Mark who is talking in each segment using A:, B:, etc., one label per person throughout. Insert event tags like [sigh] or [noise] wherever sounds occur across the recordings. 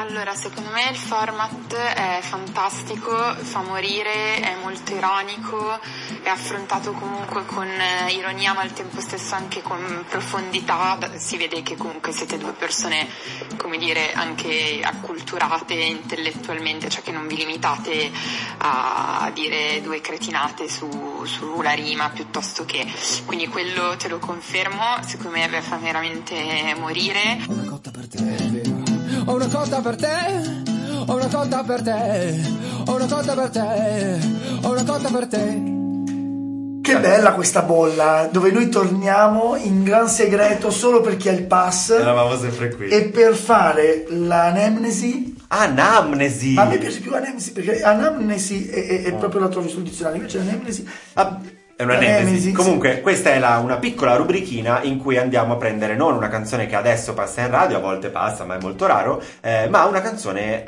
A: Allora, secondo me il format è fantastico, fa morire, è molto ironico, è affrontato comunque con eh, ironia ma al tempo stesso anche con profondità, Da- si vede che comunque siete due persone, come dire, anche acculturate intellettualmente, cioè che non vi limitate a dire due cretinate su, sulla rima piuttosto che, quindi quello te lo confermo, secondo me beh, fa veramente morire.
B: Ho una cotta per te, è vero. Ho una cotta per te, ho una cotta per te, ho una cotta per te, ho una cotta per te.
C: Che bella questa bolla, dove noi torniamo in gran segreto solo per chi ha il pass
D: Eravamo sempre qui.
C: e per fare l'anamnesi.
D: Anamnesi!
C: Ma a me piace più anamnesi perché anamnesi è, è- è proprio la trovi sul dizionario, invece l'anamnesi
D: Ah, è una
C: Anamnesi,
D: nemesi.
C: sì.
D: Comunque, questa è la- una piccola rubrichina in cui andiamo a prendere non una canzone che adesso passa in radio, a volte passa, ma è molto raro, eh, ma una canzone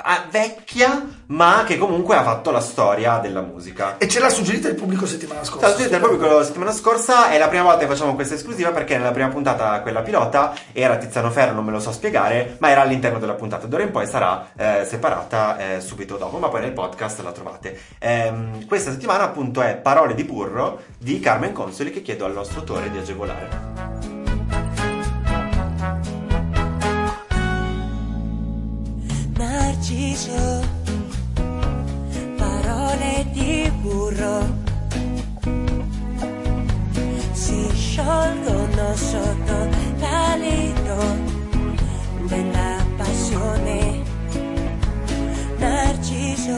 D: ah, vecchia, ma che comunque ha fatto la storia della musica.
C: E ce l'ha suggerita il pubblico settimana scorsa.
D: Ciao a tutti, del pubblico la settimana scorsa è la prima volta che facciamo questa esclusiva perché nella prima puntata, quella pilota, era Tiziano Ferro, non me lo so spiegare, ma era all'interno della puntata. D'ora in poi sarà eh, separata eh, subito dopo, ma poi nel podcast la trovate. Ehm, questa settimana appunto è Parole di burro di Carmen Consoli che chiedo al nostro autore di agevolare.
E: narciso, parole di burro si sciolgono sotto l'alito della passione. Narciso,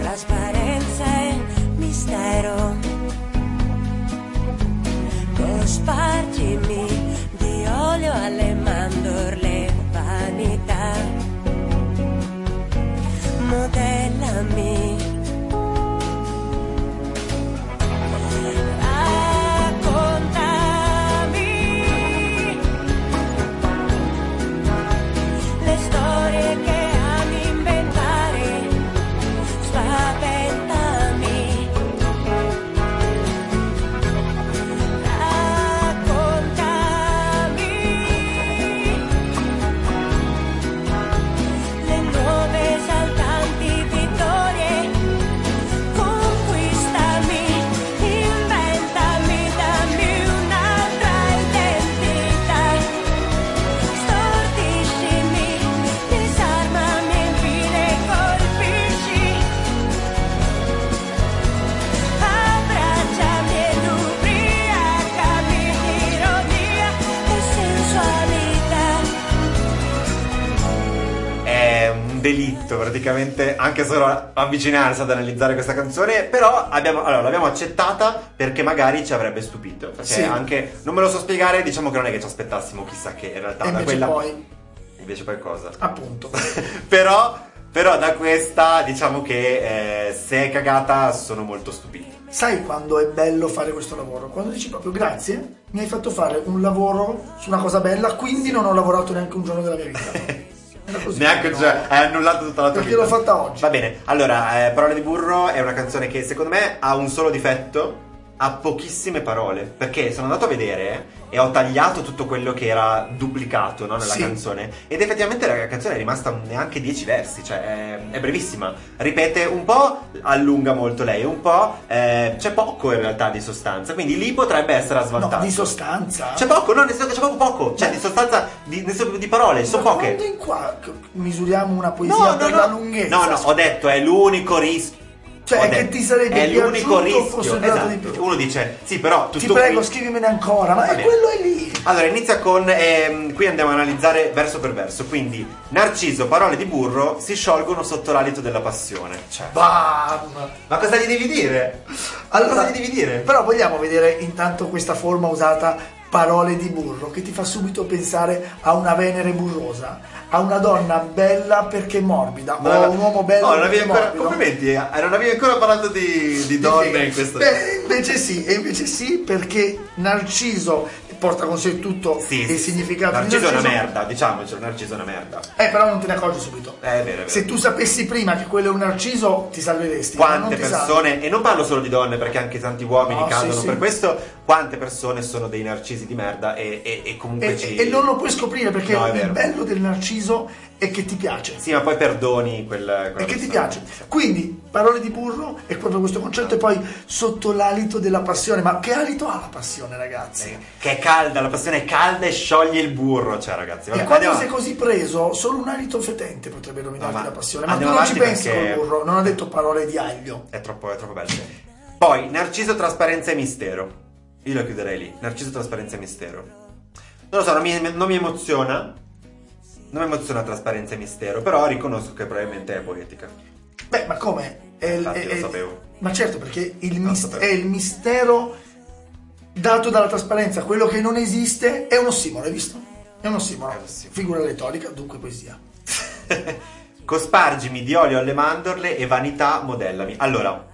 E: trasparenza e mistero. Cospargimi di olio alle mandorle vanità. Modellami. Raccontami le storie che ami inventare. Spaventami. Raccontami le nuove esaltanti vittorie, conquistami, inventami, dammi un'altra identità, stortiscimi, disarmami e infine colpisci. Abbracciami ed ubriacami di ironia e sensualità.
D: È un delitto praticamente anche solo avvicinarsi ad analizzare questa canzone, però abbiamo- allora, l'abbiamo accettata perché magari ci avrebbe stupito. Perché
C: Sì.
D: anche, non me lo so spiegare, diciamo che non è che ci aspettassimo chissà che in realtà
C: E
D: da
C: invece
D: quella...
C: poi,
D: Invece poi cosa?
C: appunto,
D: però, però da questa diciamo che eh, se è cagata sono molto stupito.
C: sai quando è bello fare questo lavoro? Quando dici proprio grazie, mi hai fatto fare un lavoro su una cosa bella, quindi non ho lavorato neanche un giorno della mia vita. Era così.
D: [laughs] Neanche
C: No.
D: cioè, hai annullato tutta la tua
C: Perché
D: vita.
C: l'ho fatta oggi.
D: Va bene, allora, eh, Parole di burro è una canzone che secondo me ha un solo difetto, ha pochissime parole, perché sono andato a vedere e ho tagliato tutto quello che era duplicato no, nella
C: Sì.
D: canzone ed effettivamente la canzone è rimasta un- neanche 10 versi, cioè è, è brevissima, ripete un po', allunga molto lei, un po' eh, c'è poco in realtà di sostanza, quindi lì potrebbe essere a
C: No,
D: svantaggio.
C: di sostanza.
D: C'è poco, no, nel senso che c'è poco poco, cioè di sostanza, di, nel senso di parole, sono
C: Ma
D: poche.
C: Quando in qua che- misuriamo una poesia
D: No, no,
C: per la
D: no.
C: lunghezza.
D: No, no, ho detto è l'unico rischio.
C: Cioè,
D: Ho
C: che
D: detto,
C: ti sarebbe
D: è l'unico
C: piaciuto o
D: rischio.
C: fosse durato
D: esatto.
C: di più?
D: Uno dice, sì, però tu,
C: Ti
D: tu
C: prego,
D: qui-
C: scrivimene ancora, ma
D: Va
C: è
D: bene.
C: quello è lì.
D: Allora, inizia con ehm, qui andiamo a analizzare verso per verso, quindi Narciso, parole di burro si sciolgono sotto l'alito della passione. Cioè,
C: Bam!
D: ma cosa gli devi dire?
C: Allora,
D: cosa gli devi dire?
C: Però vogliamo vedere intanto questa forma usata parole di burro che ti fa subito pensare a una Venere burrosa, a una donna bella perché morbida, o a un uomo bello
D: No, Oh, non avevi
C: perché
D: ancora,
C: morbido.
D: complimenti, eh, non avevi ancora parlato di, di donne in questo
C: Beh, invece sì, e invece sì perché Narciso porta con sé tutto
D: Sì,
C: il
D: sì,
C: significato
D: Narciso
C: di
D: è una merda, diciamocelo, Narciso è una merda.
C: Eh, però non te ne accorgi subito.
D: Eh, è vero, è vero.
C: Se tu sapessi prima che quello è un narciso, ti salveresti. ma non
D: quante
C: ti salvi.
D: persone, e non parlo solo di donne perché anche tanti uomini
C: No,
D: cadono
C: sì, sì.
D: per questo, quante persone sono dei narcisi di merda e, e- e comunque
C: E,
D: ci...
C: e- e non lo puoi scoprire perché
D: No, è
C: il
D: vero.
C: bello del narciso è che ti piace.
D: Sì, ma poi perdoni quel...
C: E che ti piace. Quindi, parole di burro è proprio questo concetto e poi sotto l'alito della passione. Ma che alito ha la passione, ragazzi?
D: Che è calda, la passione è calda e scioglie il burro, cioè ragazzi.
C: E
D: vabbè,
C: quando
D: andiamo-
C: sei così preso, solo un alito fetente potrebbe dominarti
D: No, ma
C: la passione. Ma tu
D: andiamo
C: non ci
D: avanti
C: pensi
D: perché-
C: col burro, non ha detto parole di aglio.
D: È troppo, è troppo bello. Poi, Narciso, trasparenza e mistero. Io lo chiuderei lì. Narciso, trasparenza e mistero. Non lo so, non mi, non mi emoziona. Non mi emoziona trasparenza e mistero, però riconosco che probabilmente è poetica.
C: Beh, ma come? È, il-
D: Infatti,
C: è-
D: lo
C: è-
D: sapevo.
C: Ma certo, perché il
D: Lo
C: mis-
D: sapevo.
C: è il mistero dato dalla trasparenza, quello che non esiste è un ossimoro, hai visto? È un ossimoro.
D: È un ossimoro.
C: Figura retorica, dunque poesia.
D: Cospargimi di olio alle mandorle e vanità modellami. Allora,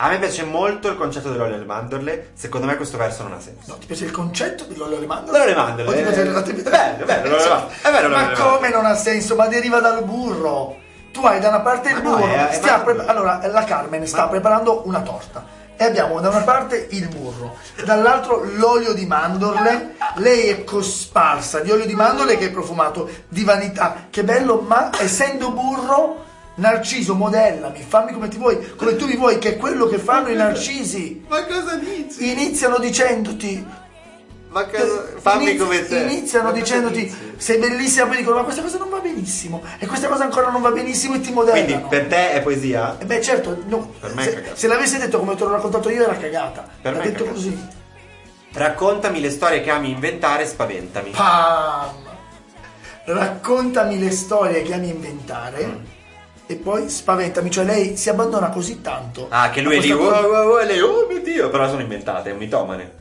D: a me piace molto il concetto dell'olio alle mandorle, secondo me questo verso non ha senso.
C: No, ti piace il concetto dell'olio alle mandorle?
D: L'olio alle mandorle,
C: O ti
D: eh,
C: piace l'attività?
D: bello, bello, l'olio alle mandorle. È bello l'olio
C: Eh, Ma
D: alle
C: come
D: mandorle.
C: non ha senso? Ma deriva dal burro. Tu hai da una parte il
D: Ma no,
C: burro.
D: è- è
C: stia
D: mandorle.
C: pre- allora, la Carmen sta preparando una torta. E abbiamo da una parte il burro, dall'altro l'olio di mandorle. Lei è cosparsa di olio di mandorle che è profumato di vanità. Che bello, ma essendo burro, Narciso, modellami, fammi come ti vuoi, come tu mi vuoi, che è quello che fanno i narcisi.
D: Ma cosa dici?
C: Iniziano dicendoti
D: Ma cosa... Fammi
C: Iniz-
D: come te.
C: Cioè, Iniziano
D: Ma cosa
C: dicendoti
D: dici?
C: sei bellissima, poi dicono ma questa cosa non va benissimo e questa cosa ancora non va benissimo e ti
D: Quindi
C: modellano.
D: per te è poesia?
C: Eh Beh certo, no.
D: Per me è
C: se,
D: cagata.
C: se l'avessi detto come te l'ho raccontato io era cagata.
D: Per
C: L'ha
D: me è
C: detto
D: cagata.
C: così.
D: Raccontami le storie che ami inventare e spaventami.
C: Pam! Raccontami le storie che ami inventare
D: Mm.
C: e poi spaventami, cioè lei si abbandona così tanto.
D: Ah, che
C: a
D: lui è lì,
C: questa
D: oh,
C: cosa-
D: oh, oh", e lei, oh mio Dio, però sono inventate, è un mitomane.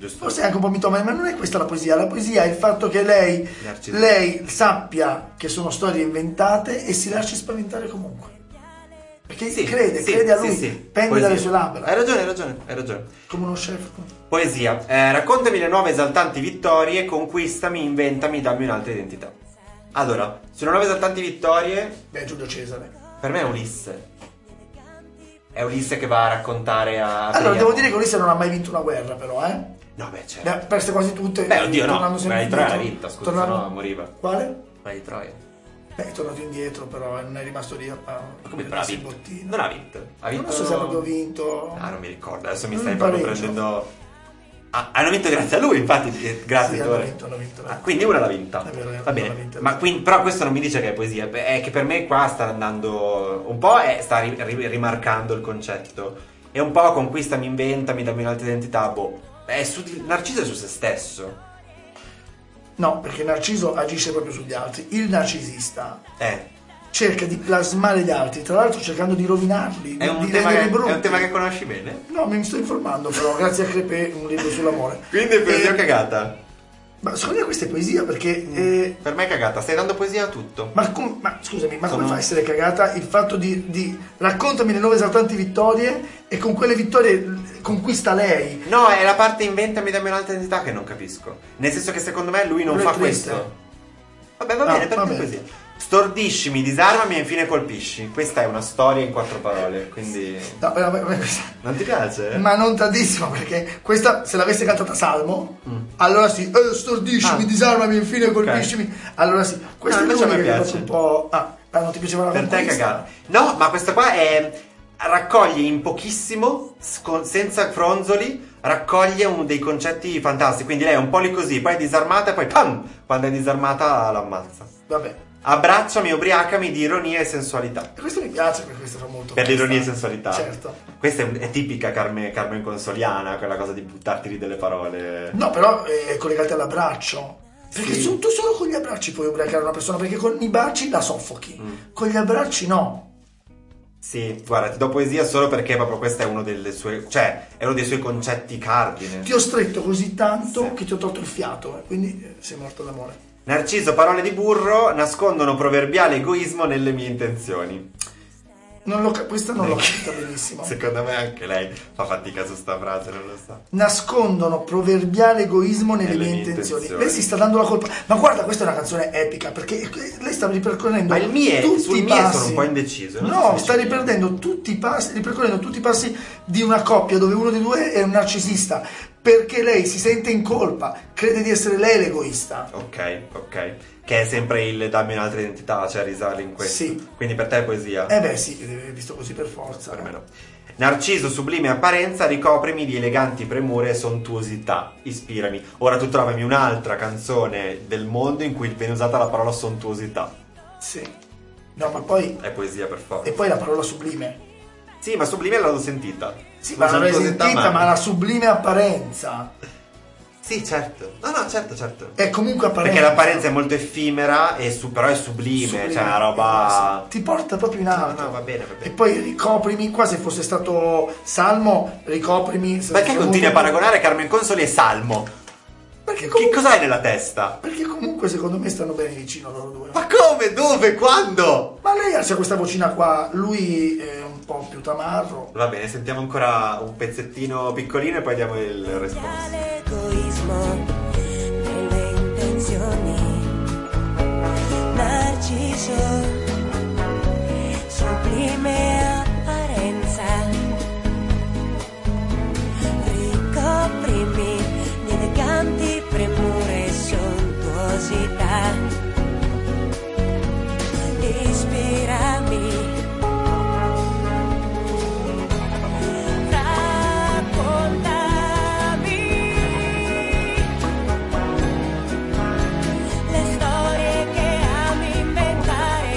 D: Giusto?
C: Forse è anche un po' mitomane, ma non è questa la poesia. La poesia è il fatto che lei,
D: Darci-
C: lei sappia che sono storie inventate e si lasci spaventare comunque. Perché
D: Sì,
C: crede,
D: sì,
C: crede a
D: sì,
C: lui,
D: sì.
C: pende
D: Poesia.
C: dalle sue
D: Hai
C: labbra,
D: ragione, hai ragione, hai ragione.
C: come uno chef.
D: Poesia. Eh, raccontami le nuove esaltanti vittorie, conquistami, inventami, dammi un'altra identità. Allora, sulle nuove esaltanti vittorie,
C: Beh, Giulio Cesare.
D: per me è Ulisse. È Ulisse che va a raccontare a...
C: Allora,
D: Priamo.
C: devo dire che Ulisse non ha mai vinto una guerra, però, eh.
D: No, beh, certo.
C: Ne ha perse quasi tutte.
D: Beh, oddio, no.
C: tornando sempre
D: Beh, il Troia l'ha
C: indietro.
D: vinta, scusa,
C: Tornando-
D: se no moriva.
C: Quale?
D: Ma di Troia.
C: Beh, è tornato indietro, però, eh, non è rimasto lì. Ma
D: Ma come però ha vinto? Non ha vinto. Ha vinto...
C: Non so se ha proprio vinto.
D: Ah, non mi ricordo, adesso mi
C: Mm,
D: stai proprio
C: pareggio.
D: prendendo. Ah, hanno vinto grazie a lui, infatti, eh, grazie
C: Sì,
D: a
C: hanno
D: te.
C: vinto, hanno vinto, hanno
D: Ah,
C: vinto.
D: quindi una l'ha vinta.
C: È vero,
D: Va
C: hanno
D: bene.
C: vinto.
D: Ma quindi- però questo non mi dice che è poesia, beh, è che per me qua sta andando un po' e sta ri- ri- rimarcando il concetto. E un po' conquistami, inventami, dammi un'altra identità, boh. È su di- Narciso è su se stesso.
C: No, perché Narciso agisce proprio sugli altri. Il narcisista
D: Eh.
C: cerca di plasmare gli altri, tra l'altro cercando di rovinarli,
D: È
C: di-
D: un,
C: di
D: tema che,
C: renderli brutti.
D: è un tema che conosci bene.
C: No, mi sto informando però, grazie a Crepè, un libro sull'amore.
D: Quindi è poesia
C: Eh,
D: cagata.
C: Ma secondo me questa è poesia perché...
D: Mm.
C: eh,
D: Per me è cagata, stai dando poesia a tutto.
C: ma, com- ma scusami, ma come
D: Sono-
C: fa a essere cagata il fatto di, di raccontami le nuove esaltanti vittorie e con quelle vittorie l- conquista lei?
D: No, è la parte inventami dammi un'altra identità che non capisco. Nel senso che secondo me lui non
C: Lui è
D: fa
C: triste.
D: questo. Vabbè, va
C: Ah,
D: bene, per
C: va
D: me è
C: bene.
D: così. Stordiscimi, disarmami e infine colpisci. Questa è una storia in quattro parole, quindi
C: No, però, ma- ma- questa-
D: non ti piace?
C: Ma non tantissimo perché questa se l'avesse cantata Salmo, allora sì, eh, stordiscimi,
D: Mm. Ah.
C: disarmami, infine colpisci Allora sì, questa
D: No,
C: è
D: invece a me
C: l'unica che
D: piace.
C: è proprio un po'. Ah, ah, non ti piaceva la
D: per te è
C: conquista?
D: cagata. No, ma questa qua è raccoglie in pochissimo, sco- senza fronzoli, raccoglie uno dei concetti fantastici. Quindi lei è un po' lì così, poi è disarmata e poi pam, quando è disarmata l'ammazza.
C: Vabbè.
D: Abbracciami, ubriacami di ironia e sensualità.
C: E questo mi piace perché questo fa molto
D: Certo, Per
C: festa.
D: l'ironia e sensualità.
C: Certo.
D: Questa è, un- è tipica Carmen, Carmen Consoliana, quella cosa di buttarti lì delle parole.
C: No, però eh, è collegata all'abbraccio. Perché
D: Sì.
C: su- tu solo con gli abbracci puoi ubriacare una persona, perché con i baci la soffochi.
D: Mm.
C: Con gli abbracci no.
D: Sì, guarda, ti do poesia solo perché proprio questo è uno delle sue. cioè, è uno dei suoi concetti cardine.
C: Ti ho stretto così tanto
D: Sì.
C: che ti ho tolto il fiato, eh, quindi eh, sei morto d'amore.
D: Narciso, parole di burro nascondono proverbiale egoismo nelle mie intenzioni.
C: Non l'ho, ca- questa non l'ho capita benissimo.
D: Secondo me anche lei fa fatica su sta frase, non lo so.
C: nascondono proverbiale egoismo nelle
D: Nelle
C: mie
D: mie
C: intenzioni.
D: intenzioni.
C: Lei si sta dando la colpa. Ma guarda, questa è una canzone epica perché lei sta ripercorrendo
D: Ma il mie-
C: tutti
D: sul
C: i
D: mie
C: passi.
D: sono un po' indeciso, non so
C: No,
D: se
C: sta
D: c'è-
C: riprendendo tutti i passi, ripercorrendo tutti i passi di una coppia dove uno dei due è un narcisista. perché lei si sente in colpa, crede di essere lei l'egoista.
D: Ok, ok. Che è sempre il dammi un'altra identità, cioè risale in questo.
C: Sì.
D: Quindi per te è poesia.
C: Eh beh sì, eh, visto così per forza.
D: Per me no. Narciso, sublime apparenza, ricoprimi di eleganti premure e sontuosità. Ispirami. Ora tu trovami un'altra canzone del mondo in cui viene usata la parola sontuosità.
C: Sì. No, ma poi...
D: È poesia per forza.
C: E poi la parola sublime.
D: Sì, ma sublime l'ho sentita.
C: Sì,
D: Non
C: ma l'avrei
D: sontuosità
C: sentita,
D: mai.
C: ma la sublime apparenza.
D: Sì, certo. No, no, certo, certo.
C: È comunque apparenza.
D: Perché l'apparenza è molto effimera, e su- però è sublime,
C: Sublime. eh,
D: cioè è una roba...
C: Ti porta proprio in alto.
D: No, no, va bene, va bene.
C: E poi ricoprimi, qua se fosse stato Salmo, ricoprimi... se
D: Perché
C: fosse
D: continui a
C: avuto-
D: paragonare Carmen Consoli e Salmo?
C: Perché
D: Che
C: comunque,
D: cos'hai nella testa?
C: perché comunque secondo me stanno bene vicino loro due.
D: Ma come? Dove? Quando?
C: Ma lei ha questa vocina qua, lui è un po' più tamarro.
D: Va bene, sentiamo ancora un pezzettino piccolino e poi diamo il responso.
E: All'egoismo delle intenzioni, narciso, sublime apparenza, ricoprimi di eleganti premure e sontuosità, ispirami. Raccontami le storie che ami inventare.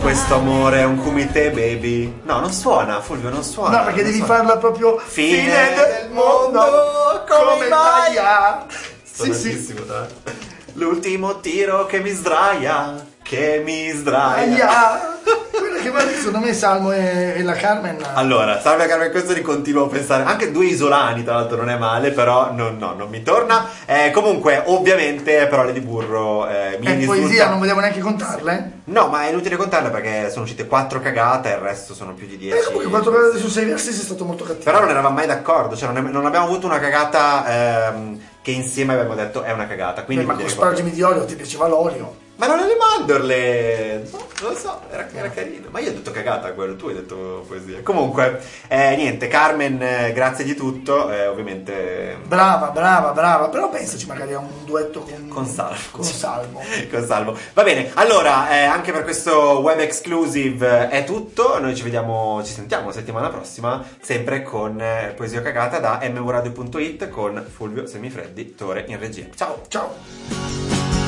D: Questo amore è un kumite, baby. No, non suona, Fulvio, non suona.
C: no, perché
D: non
C: devi
D: suona.
C: farla proprio
D: Fine del mondo,
C: mondo
D: come
C: come
D: mai?
C: Maia. Sì,
D: Suona
C: sì.
D: altissimo, tra l'altro. L'ultimo tiro che mi sdraia, che mi sdraia.
C: Maia. Quella che guarda, secondo me Salmo e, e la Carmen.
D: Allora, salve a Carmen Consoli, continuo a pensare. Anche due isolani, tra l'altro, non è male, però no, no, non mi torna. Eh, comunque, ovviamente, parole di burro eh, mi
C: è
D: risulta-
C: poesia, non vogliamo neanche eh. contarle.
D: No, ma è inutile contarle perché sono uscite quattro cagate e il resto sono più di dieci.
C: E Eh, comunque quanto cagate su sei versi sei stato molto cattivo.
D: Però non eravamo mai d'accordo, cioè non, non abbiamo avuto una cagata ehm, che insieme abbiamo detto è una cagata. Quindi
C: Beh, Eh, ma
D: vuol
C: con
D: dire
C: spargimi di olio ti piaceva l'olio.
D: qualcosa. Ma non le mandorle! No, non lo so, era, era carino. Ma io ho detto cagata quello, tu hai detto poesia. Comunque, eh, niente, Carmen, eh, grazie di tutto. eh, ovviamente
C: Brava, brava, brava. Però pensaci magari a un duetto con,
D: Con Salmo.
C: Con Salmo.
D: [laughs] Con salvo. Va bene, allora eh, anche per questo web exclusive eh, è tutto. Noi ci vediamo, ci sentiamo settimana prossima, sempre con eh, Poesia Cagata da mvradio.it con Fulvio Semifreddi, Tore in regia. Ciao!
C: Ciao.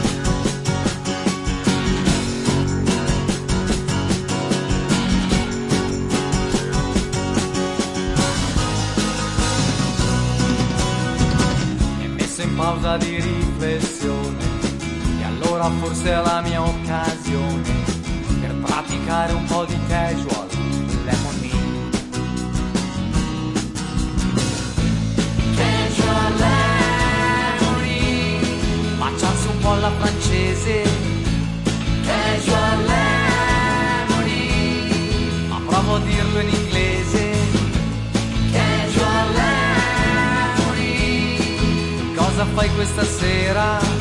F: mi è messo in pausa di riflessione e allora forse è la mia occasione per praticare un po' di casual lemonade. Casual lemonade, baciarsi un po' alla francese. Casual lemonade, ma provo a dirlo in inglese. Casual lemonade. Cosa fai questa sera?